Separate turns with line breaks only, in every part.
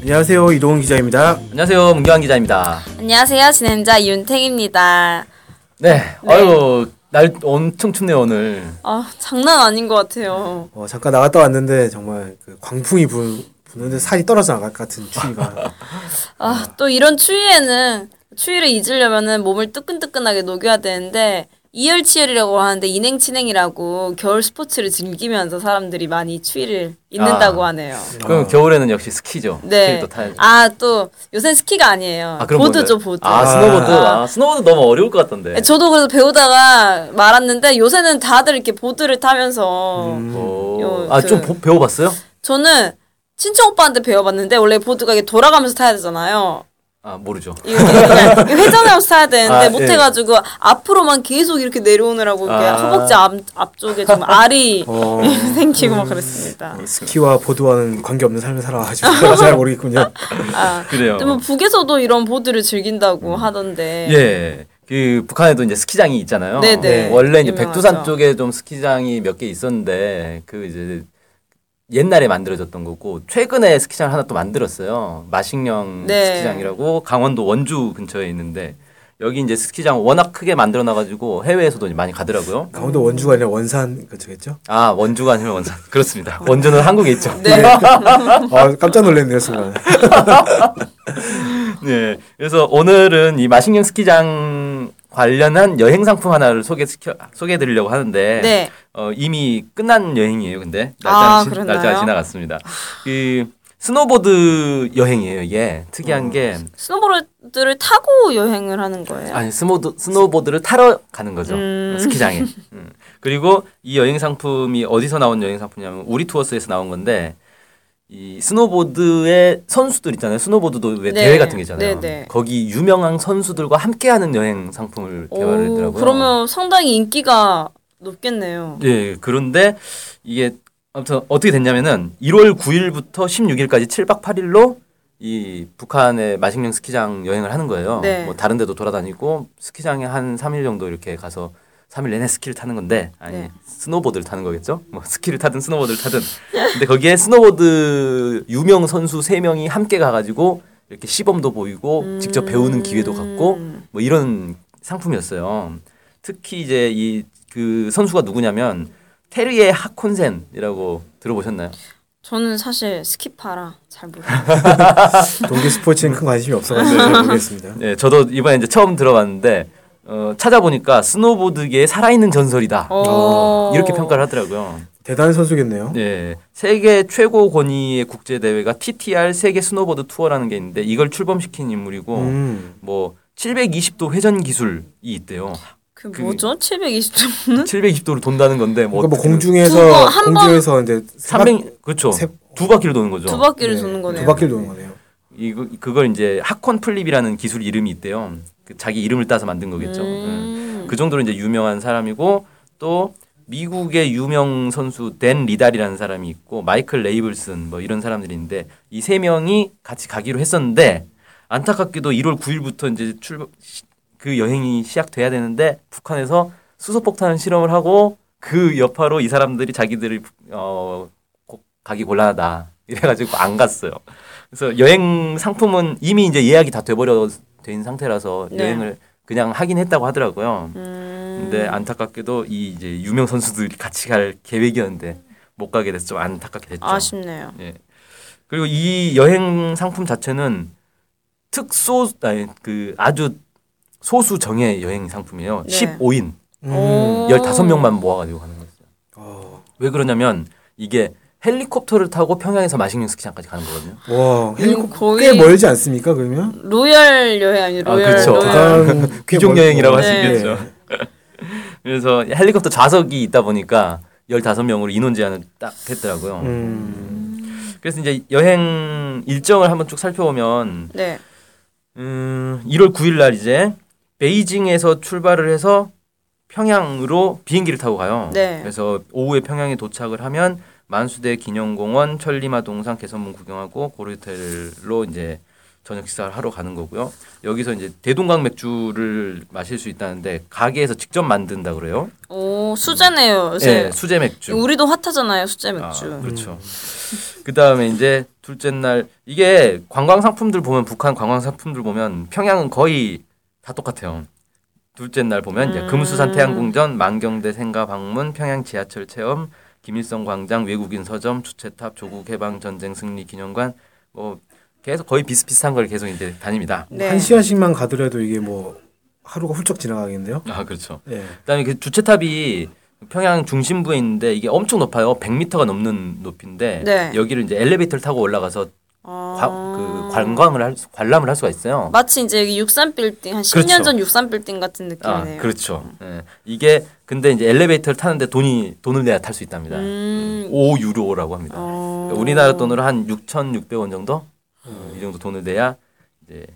안녕하세요 이동훈 기자입니다.
안녕하세요, 문경환 기자입니다.
안녕하세요. 진행자 윤탱입니다.
네, 아유 날 엄청 춥네요 오늘.
아, 장난 아닌 것 같아요.
어, 잠깐 나갔다 왔는데 정말 그 광풍이 부, 부는데 살이 떨어져 나갈 것 같은 추위가
아, 또 이런 추위에는 추위를 잊으려면은 몸을 뜨끈뜨끈하게 녹여야 되는데 이열치열이라고 하는데 인행치냉이라고 겨울 스포츠를 즐기면서 사람들이 많이 추위를 잊는다고
아.
하네요.
그럼 겨울에는 역시 스키죠.
네.
스키도 타야죠.
아, 또 요새 스키가 아니에요. 아,
아, 그런
보드죠,
거는-
보드.
아, 스노보드. 아, 네. 스노보드 너무 어려울 것 같던데.
저도 그래서 배우다가 말았는데 요새는 다들 이렇게 보드를 타면서
음.
요, 그-
아좀 배워봤어요?
저는 친척 오빠한테 배워봤는데 원래 보드가 이게 돌아가면서 타야 되잖아요.
아 모르죠.
이게 그냥 회전하면서 타야 되는데
아, 예.
못해가지고 앞으로만 계속 이렇게 내려오느라고 이렇게
아.
허벅지 앞, 앞쪽에 좀 알이
어,
생기고 막 그랬습니다.
스키와 보드와는 관계없는 삶을 살아가지고 잘 모르겠군요.
아,
그래요.
근데 뭐 북에서도 이런 보드를
음.
즐긴다고 하던데.
예. 그 북한에도 이제 스키장이 있잖아요.
네. 네네.
원래 이제
유명하죠.
백두산 쪽에 좀 스키장이 몇 개 있었는데 그 이제 옛날에 만들어졌던 거고 최근에 스키장 을 하나 또 만들었어요. 마식령
네.
스키장이라고 강원도 원주 근처에 있는데 여기 이제 스키장 워낙 크게 만들어 놔 가지고 해외에서도 이제 많이 가더라고요.
강원도 원주가 아니라 원산 그쪽겠죠?
아, 원주가 아니면 원산. 그렇습니다. 원주는 한국에 있죠.
네.
아 깜짝 놀랐네요 순간.
네. 그래서 오늘은 이 마식령 스키장 관련한 여행 상품 하나를 소개시켜 소개해 드리려고 하는데
네.
어, 이미 끝난 여행이에요. 근데
아,
날짜
그랬나요?
날짜 지나갔습니다. 그 스노보드 여행이에요. 이게
음,
특이한 게
스노보드를 타고 여행을 하는 거예요.
아니 스노드 스노보드를 타러 가는 거죠.
음.
스키장에. 음. 그리고 이 여행 상품이 어디서 나온 여행 상품이냐면 우리 투어스에서 나온 건데 이 스노보드의 선수들 있잖아요. 스노보드도 왜
네.
대회 같은 게 있잖아요.
네, 네.
거기 유명한 선수들과 함께하는 여행 상품을
오,
개발했더라고요.
그러면 상당히 인기가 높겠네요.
예, 그런데 이게 아무튼 어떻게 됐냐면은 1월 9일부터 16일까지 7박 8일로 이 북한의 마식령 스키장 여행을 하는 거예요.
네.
뭐 다른 데도 돌아다니고 스키장에 한 3일 정도 이렇게 가서 3일 내내 스키를 타는 건데 아니
네.
스노보드를 타는 거겠죠? 뭐 스키를 타든 스노보드를 타든. 근데 거기에 스노보드 유명 선수 3명이 함께 가 가지고 이렇게 시범도 보이고
음.
직접 배우는 기회도 갖고 뭐 이런 상품이었어요. 특히 이제 이 그 선수가 누구냐면 테르의 하콘센이라고 들어보셨나요?
저는 사실 스키파라 잘 모르겠어요.
동계 스포츠에는 큰 관심이 없어가지고 잘 모르겠습니다.
네, 저도 이번에 이제 처음 들어봤는데 어, 찾아보니까 스노보드계의 살아있는 전설이다.
오.
어. 이렇게 평가를 하더라고요.
대단한 선수겠네요.
예, 세계 최고 권위의 국제 대회가 TTR 세계 스노보드 투어라는 게 있는데 이걸 출범시킨 인물이고
음.
뭐 720도 회전 기술이 있대요.
그
그-
뭐죠? 720점.
720도를 돈다는 건데 뭐,
음? 그러니까 뭐
어떻게-
공중에서
한 번-
공중에서 이제 세 바-
300 그렇죠.
세-
두 바퀴를 도는 거죠.
두 바퀴를
네,
도는 거네요.
두 바퀴를 도는 거네요.
이거 그걸 이제 하콘 플립이라는 기술 이름이 있대요. 그 자기 이름을 따서 만든 거겠죠. 음.
음.
그 정도로 이제 유명한 사람이고 또 미국의 유명 선수 댄 리달이라는 사람이 있고 마이클 레이블슨 뭐 이런 사람들인데 이 세 명이 같이 가기로 했었는데 안타깝게도 1월 9일부터 이제 출발 시- 그 여행이 시작돼야 되는데 북한에서 수소폭탄 실험을 하고 그 여파로 이 사람들이 자기들이 어 고- 가기 곤란하다 이래가지고 안 갔어요. 그래서 여행 상품은 이미 이제 예약이 다 돼버려 된 상태라서
네.
여행을 그냥 하긴 했다고 하더라고요.
음.
근데 안타깝게도 이 이제 유명 선수들이 같이 갈 계획이었는데 못 가게 돼서 좀 안타깝게 됐죠.
아쉽네요.
그리고 이 여행 상품 자체는 특소 아니 그 아주 소수 정예 여행 상품이에요.
네. 어.
15인
음.
15명만 모아 가지고 가는 거예요.
어.
왜 그러냐면 이게 헬리콥터를 타고 평양에서 마식령 스키장까지 가는 거거든요.
와 헬리콥터
거의- 네,
꽤 멀지 않습니까 그러면?
로열 여행 아니 로열
그렇죠.
로열.
귀족 여행이라고
네.
할 수 있겠죠. 그래서 헬리콥터 좌석이 있다 보니까 15명으로 인원 제한을 딱 했더라고요.
음.
그래서 이제 여행 일정을 한번 쭉 살펴보면
네.
음, 1월 9일 날 이제 베이징에서 출발을 해서 평양으로 비행기를 타고 가요.
네.
그래서 오후에 평양에 도착을 하면 만수대 기념공원, 천리마 동상 개선문 구경하고 고르텔로 이제 저녁 식사를 하러 가는 거고요. 여기서 이제 대동강 맥주를 마실 수 있다는데 가게에서 직접 만든다 그래요.
오 수제네요 요새.
예, 수제 맥주.
우리도 핫하잖아요 수제
아,
맥주.
그렇죠. 그 다음에 이제 둘째 날 이게 관광 상품들 보면 북한 관광 상품들 보면 평양은 거의 다 똑같아요. 둘째 날 보면 이제
음.
금수산 태양궁전, 만경대 생가 방문, 평양 지하철 체험, 김일성 광장, 외국인 서점, 주체탑, 조국 해방 전쟁 승리 기념관 뭐 계속 거의 비슷비슷한 걸 계속 이제 다닙니다.
네.
한 시간씩만 가더라도 이게 뭐 하루가 훌쩍 지나가겠는데요.
아 그렇죠.
예.
그다음에 그 주체탑이 평양 중심부에 있는데 이게 엄청 높아요. 100m가 넘는 높인데
네.
여기를 이제 엘리베이터를 타고 올라가서
아.
과, 그 관광을 할 수- 관람을 할 수가 있어요.
마치 이제 여기 63 빌딩 한 10년
그렇죠.
전 63 빌딩 같은
아,
느낌이네요.
그렇죠. 예. 이게 근데 이제 엘리베이터를 타는데 돈이 돈을 내야 탈 수 있답니다.
음.
5 유로라고 합니다.
어.
그러니까 우리나라 돈으로 한 6,600원 정도 어, 이 정도 돈을 내야 이제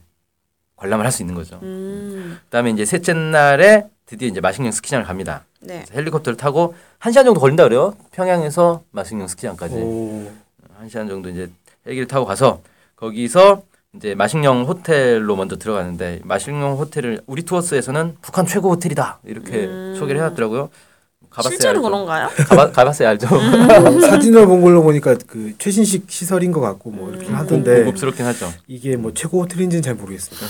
관람을 할 수 있는 거죠.
음.
그다음에 이제 셋째 날에 드디어 이제 마식령 스키장을 갑니다.
네.
그래서 헬리콥터를 타고 한 시간 정도 걸린다 그래요. 평양에서 마식령 스키장까지.
오.
한 시간 정도 이제 헬기를 타고 가서 거기서 이제 마식령 호텔로 먼저 들어가는데 마식령 호텔을 우리 투어스에서는 북한 최고 호텔이다 이렇게
음.
소개를 해놨더라고요. 가봤어요.
실제로 그런가요? 음.
가봐, 가봤어요 알죠.
어, 사진을 본 걸로 보니까 그 최신식 시설인 것 같고 뭐 이렇게 하던데
고급스럽긴 하죠.
이게 뭐 최고 호텔인지는 잘 모르겠습니다.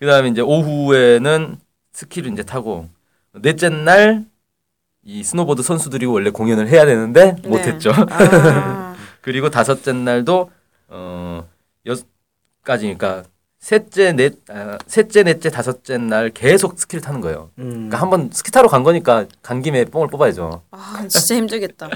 그다음에 이제 오후에는 스키를 이제 타고 넷째 날 이 스노보드 선수들이 원래 공연을 해야 되는데
네.
못했죠.
아.
그리고 다섯째 날도 어 여섯까지니까 그러니까 셋째 넷 아, 셋째 넷째 다섯째 날 계속 스키를 타는 거예요.
음.
그러니까 한번 스키 타러 간 거니까 간 김에 뽕을 뽑아야죠.
아, 진짜 힘들겠다.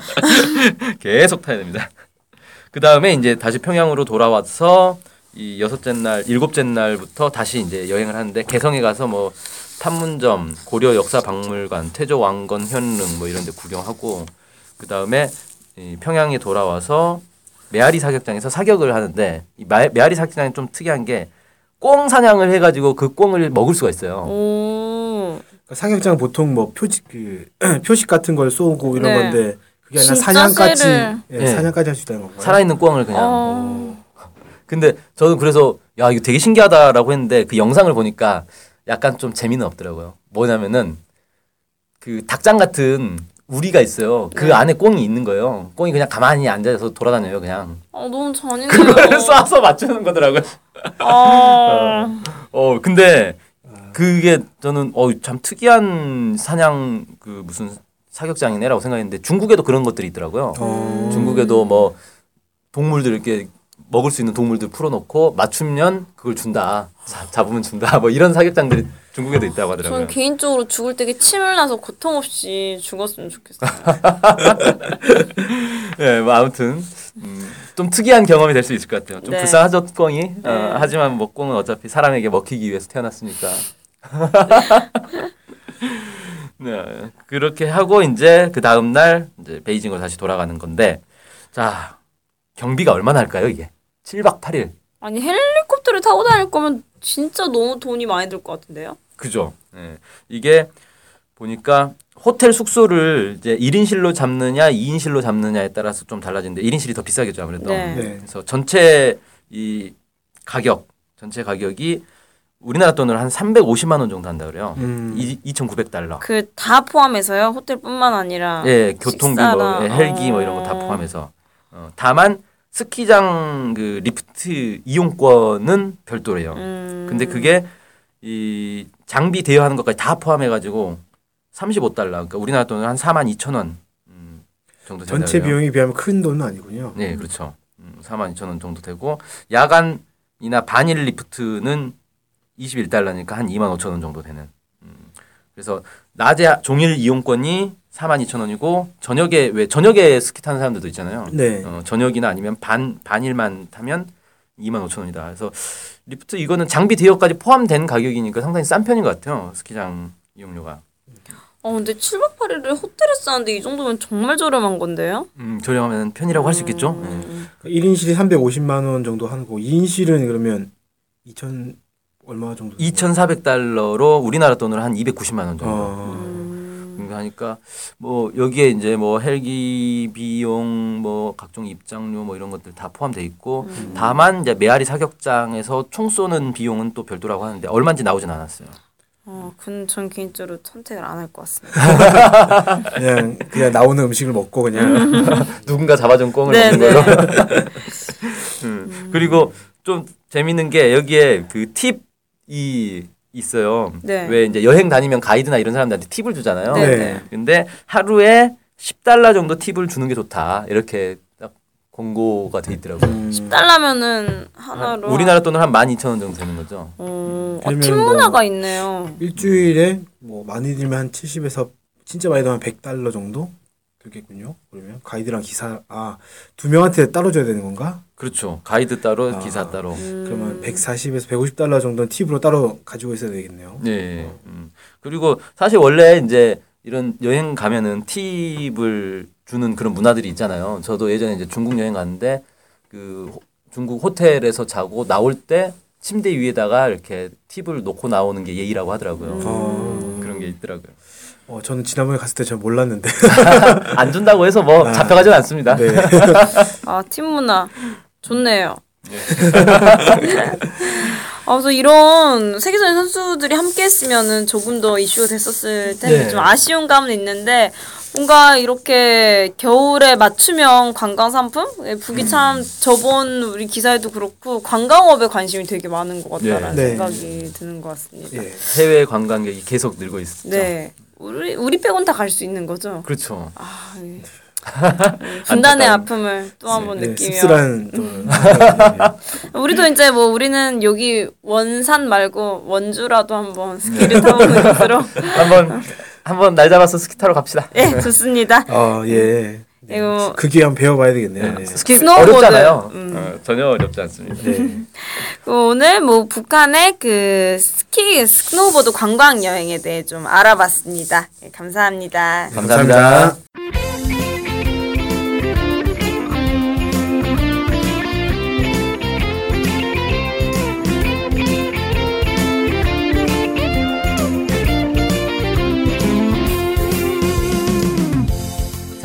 계속 타야 됩니다. 그 다음에 이제 다시 평양으로 돌아와서 이 여섯째 날 일곱째 날부터 다시 이제 여행을 하는데 개성에 가서 뭐 판문점, 고려 역사 박물관, 태조 왕건 현릉 뭐 이런 데 구경하고 그 다음에 이 평양에 돌아와서 메아리 사격장에서 사격을 하는데 이 마- 메아리 사격장이 좀 특이한 게 꽁 사냥을 해가지고 그 꽁을 먹을 수가 있어요.
오.
그러니까 사격장 보통 뭐 표지 그 표식 같은 걸 쏘고 이런
네.
건데 그게 아니라
진짜
사냥까지
쇠를.
예,
네.
사냥까지 할 수 있다는 건가요?
살아있는 꽁을 그냥
어.
근데 저는 그래서 야 이거 되게 신기하다라고 했는데 그 영상을 보니까 약간 좀 재미는 없더라고요. 뭐냐면은 그 닭장 같은 우리가 있어요. 그 안에 꽁이 있는 거예요. 꽁이 그냥 가만히 앉아서 돌아다녀요. 그냥
아, 너무 잔인해요.
그거를 쏴서 맞추는 거더라고요.
아.
어 근데 그게 저는 어참 특이한 사냥 그 무슨 사격장이네라고 생각했는데 중국에도 그런 것들이 있더라고요.
어.
중국에도 뭐 동물들 이렇게 먹을 수 있는 동물들 풀어놓고 맞추면 그걸 준다 자- 잡으면 준다 뭐 이런 사격장들이 중국에도 있다고
저는
하더라고요.
개인적으로 죽을 때게 침을 나서 고통 없이 죽었으면 좋겠어요.
예, 뭐 아무튼 음, 좀 특이한 경험이 될 수 있을 것 같아요. 좀
네.
불쌍하죠 꽁이. 어,
네.
하지만 뭐 꽁은 어차피 사람에게 먹히기 위해서 태어났으니까. 네, 그렇게 하고 이제 그 다음 날 이제 베이징으로 다시 돌아가는 건데 자 경비가 얼마나 할까요 이게? 7박 8일.
아니 헬리콥터를 타고 다닐 거면 진짜 너무 돈이 많이 들 것 같은데요?
그죠. 예. 이게 보니까 호텔 숙소를 이제 1인실로 잡느냐 2인실로 잡느냐에 따라서 좀 달라지는데 1인실이 더 비싸겠죠 아무래도.
네.
네.
그래서 전체 이 가격 전체 가격이 우리나라 돈으로 한 350만 원 정도 한다 그래요.
음.
이 2,900달러.
그 다 포함해서요? 호텔뿐만 아니라
예, 교통비 뭐
식사랑.
예, 헬기 뭐 이런 거 다
어.
포함해서. 어, 다만 스키장 그 리프트 이용권은 별도래요.
음.
근데 그게 이 장비 대여하는 것까지 다 포함해가지고 35달러. 그러니까 우리나라 돈으로 한 4만 2천 원 음, 정도 된다
전체
그래요.
비용에 비하면 큰 돈은 아니군요.
네, 그렇죠. 음, 4만 2천 원 정도 되고 야간이나 반일 리프트는 21달러니까 한 2만 5천 원 정도 되는. 음, 그래서 낮에 종일 이용권이 4만 2천 원이고 저녁에 왜 저녁에 스키 타는 사람들도 있잖아요.
네.
어, 저녁이나 아니면 반 반일만 타면 2만 5천 원이다. 그래서 리프트 이거는 장비 대여까지 포함된 가격이니까 상당히 싼 편인 것 같아요. 스키장 이용료가.
어 근데 7박 8일을 호텔에서 사는데 이 정도면 정말 저렴한 건데요?
음, 저렴하면 편이라고 할 수 있겠죠. 네.
음.
그러니까 1인실이 350만 원 정도 하고 2인실은 그러면 2천 얼마 정도?
2,400달러로 우리나라 돈으로 한 290만 원 정도.
어.
그러니까 하니까 뭐 여기에 이제 뭐 헬기 비용 뭐 각종 입장료 뭐 이런 것들 다 포함돼 있고 다만 이제 메아리 사격장에서 총 쏘는 비용은 또 별도라고 하는데 얼마인지 나오진 않았어요.
어, 근데 전 개인적으로 선택을 안 할 것 같습니다.
그냥 그냥 나오는 음식을 먹고 그냥
누군가 잡아준 꽁을
네,
먹는 거죠.
네.
그리고 좀 재밌는 게 여기에 그 팁이 있어요.
네.
왜 이제 여행 다니면 가이드나 이런 사람들한테 팁을 주잖아요.
네.
근데 하루에 10달러 정도 팁을 주는 게 좋다. 이렇게 딱 권고가 돼 있더라고요.
음,
10달러면은 하나로
우리나라 돈으로 한 12,000원 정도 되는 거죠.
어, 아,
그러면
팀
뭐-
문화가 있네요.
일주일에 뭐 많이 들면 한 70에서 진짜 많이 들면 한 100달러 정도 들겠군요. 그러면 가이드랑 기사 아 두 명한테 따로 줘야 되는 건가?
그렇죠. 가이드 따로,
아.
기사 따로.
음.
그러면 140에서 150달러 정도는 팁으로 따로 가지고 있어야 되겠네요.
네. 음. 그리고 사실 원래 이제 이런 여행 가면은 팁을 주는 그런 문화들이 있잖아요. 저도 예전에 이제 중국 여행 갔는데 그 호- 중국 호텔에서 자고 나올 때 침대 위에다가 이렇게 팁을 놓고 나오는 게 예의라고 하더라고요.
음.
어,
그런 게 있더라고요.
어, 저는 지난번에 갔을 때 전 몰랐는데.
안 준다고 해서 뭐
아.
잡혀가진 않습니다.
네.
아, 팀 문화 좋네요. 아, 그래서 이런 세계적인 선수들이 함께 했으면은 조금 더 이슈가 됐었을 텐데
네.
좀 아쉬운 감은 있는데 뭔가 이렇게 겨울에 맞춤형 관광 상품? 예,
음.
북이 참 저번 우리 기사에도 그렇고 관광업에 관심이 되게 많은 것 같다라는
네. 네.
생각이 드는 것 같습니다.
예.
해외 관광객이 계속 늘고 있죠.
네. 우리 우리 빼곤 다 갈 수 있는 거죠.
그렇죠.
아, 예. 분단의
안타까운-
아픔을 또 한 번 음.
네,
느끼며
씁쓸한 또 생각이네요.
우리도 이제 뭐 우리는 여기 원산 말고 원주라도 한번 스키를 타보는 것으로
한번 한번 날 잡아서 스키 타러 갑시다.
예 좋습니다.
아 예. 네.
이거- 아,
그 기회 한번 배워봐야 되겠네요. 네.
스키
스노우보드.
어렵잖아요.
음.
어, 전혀 어렵지 않습니다.
네.
그 오늘 뭐 북한의 그 스키 스노우보드 관광 여행에 대해 좀 알아봤습니다. 예, 감사합니다.
네.
감사합니다.
감사합니다.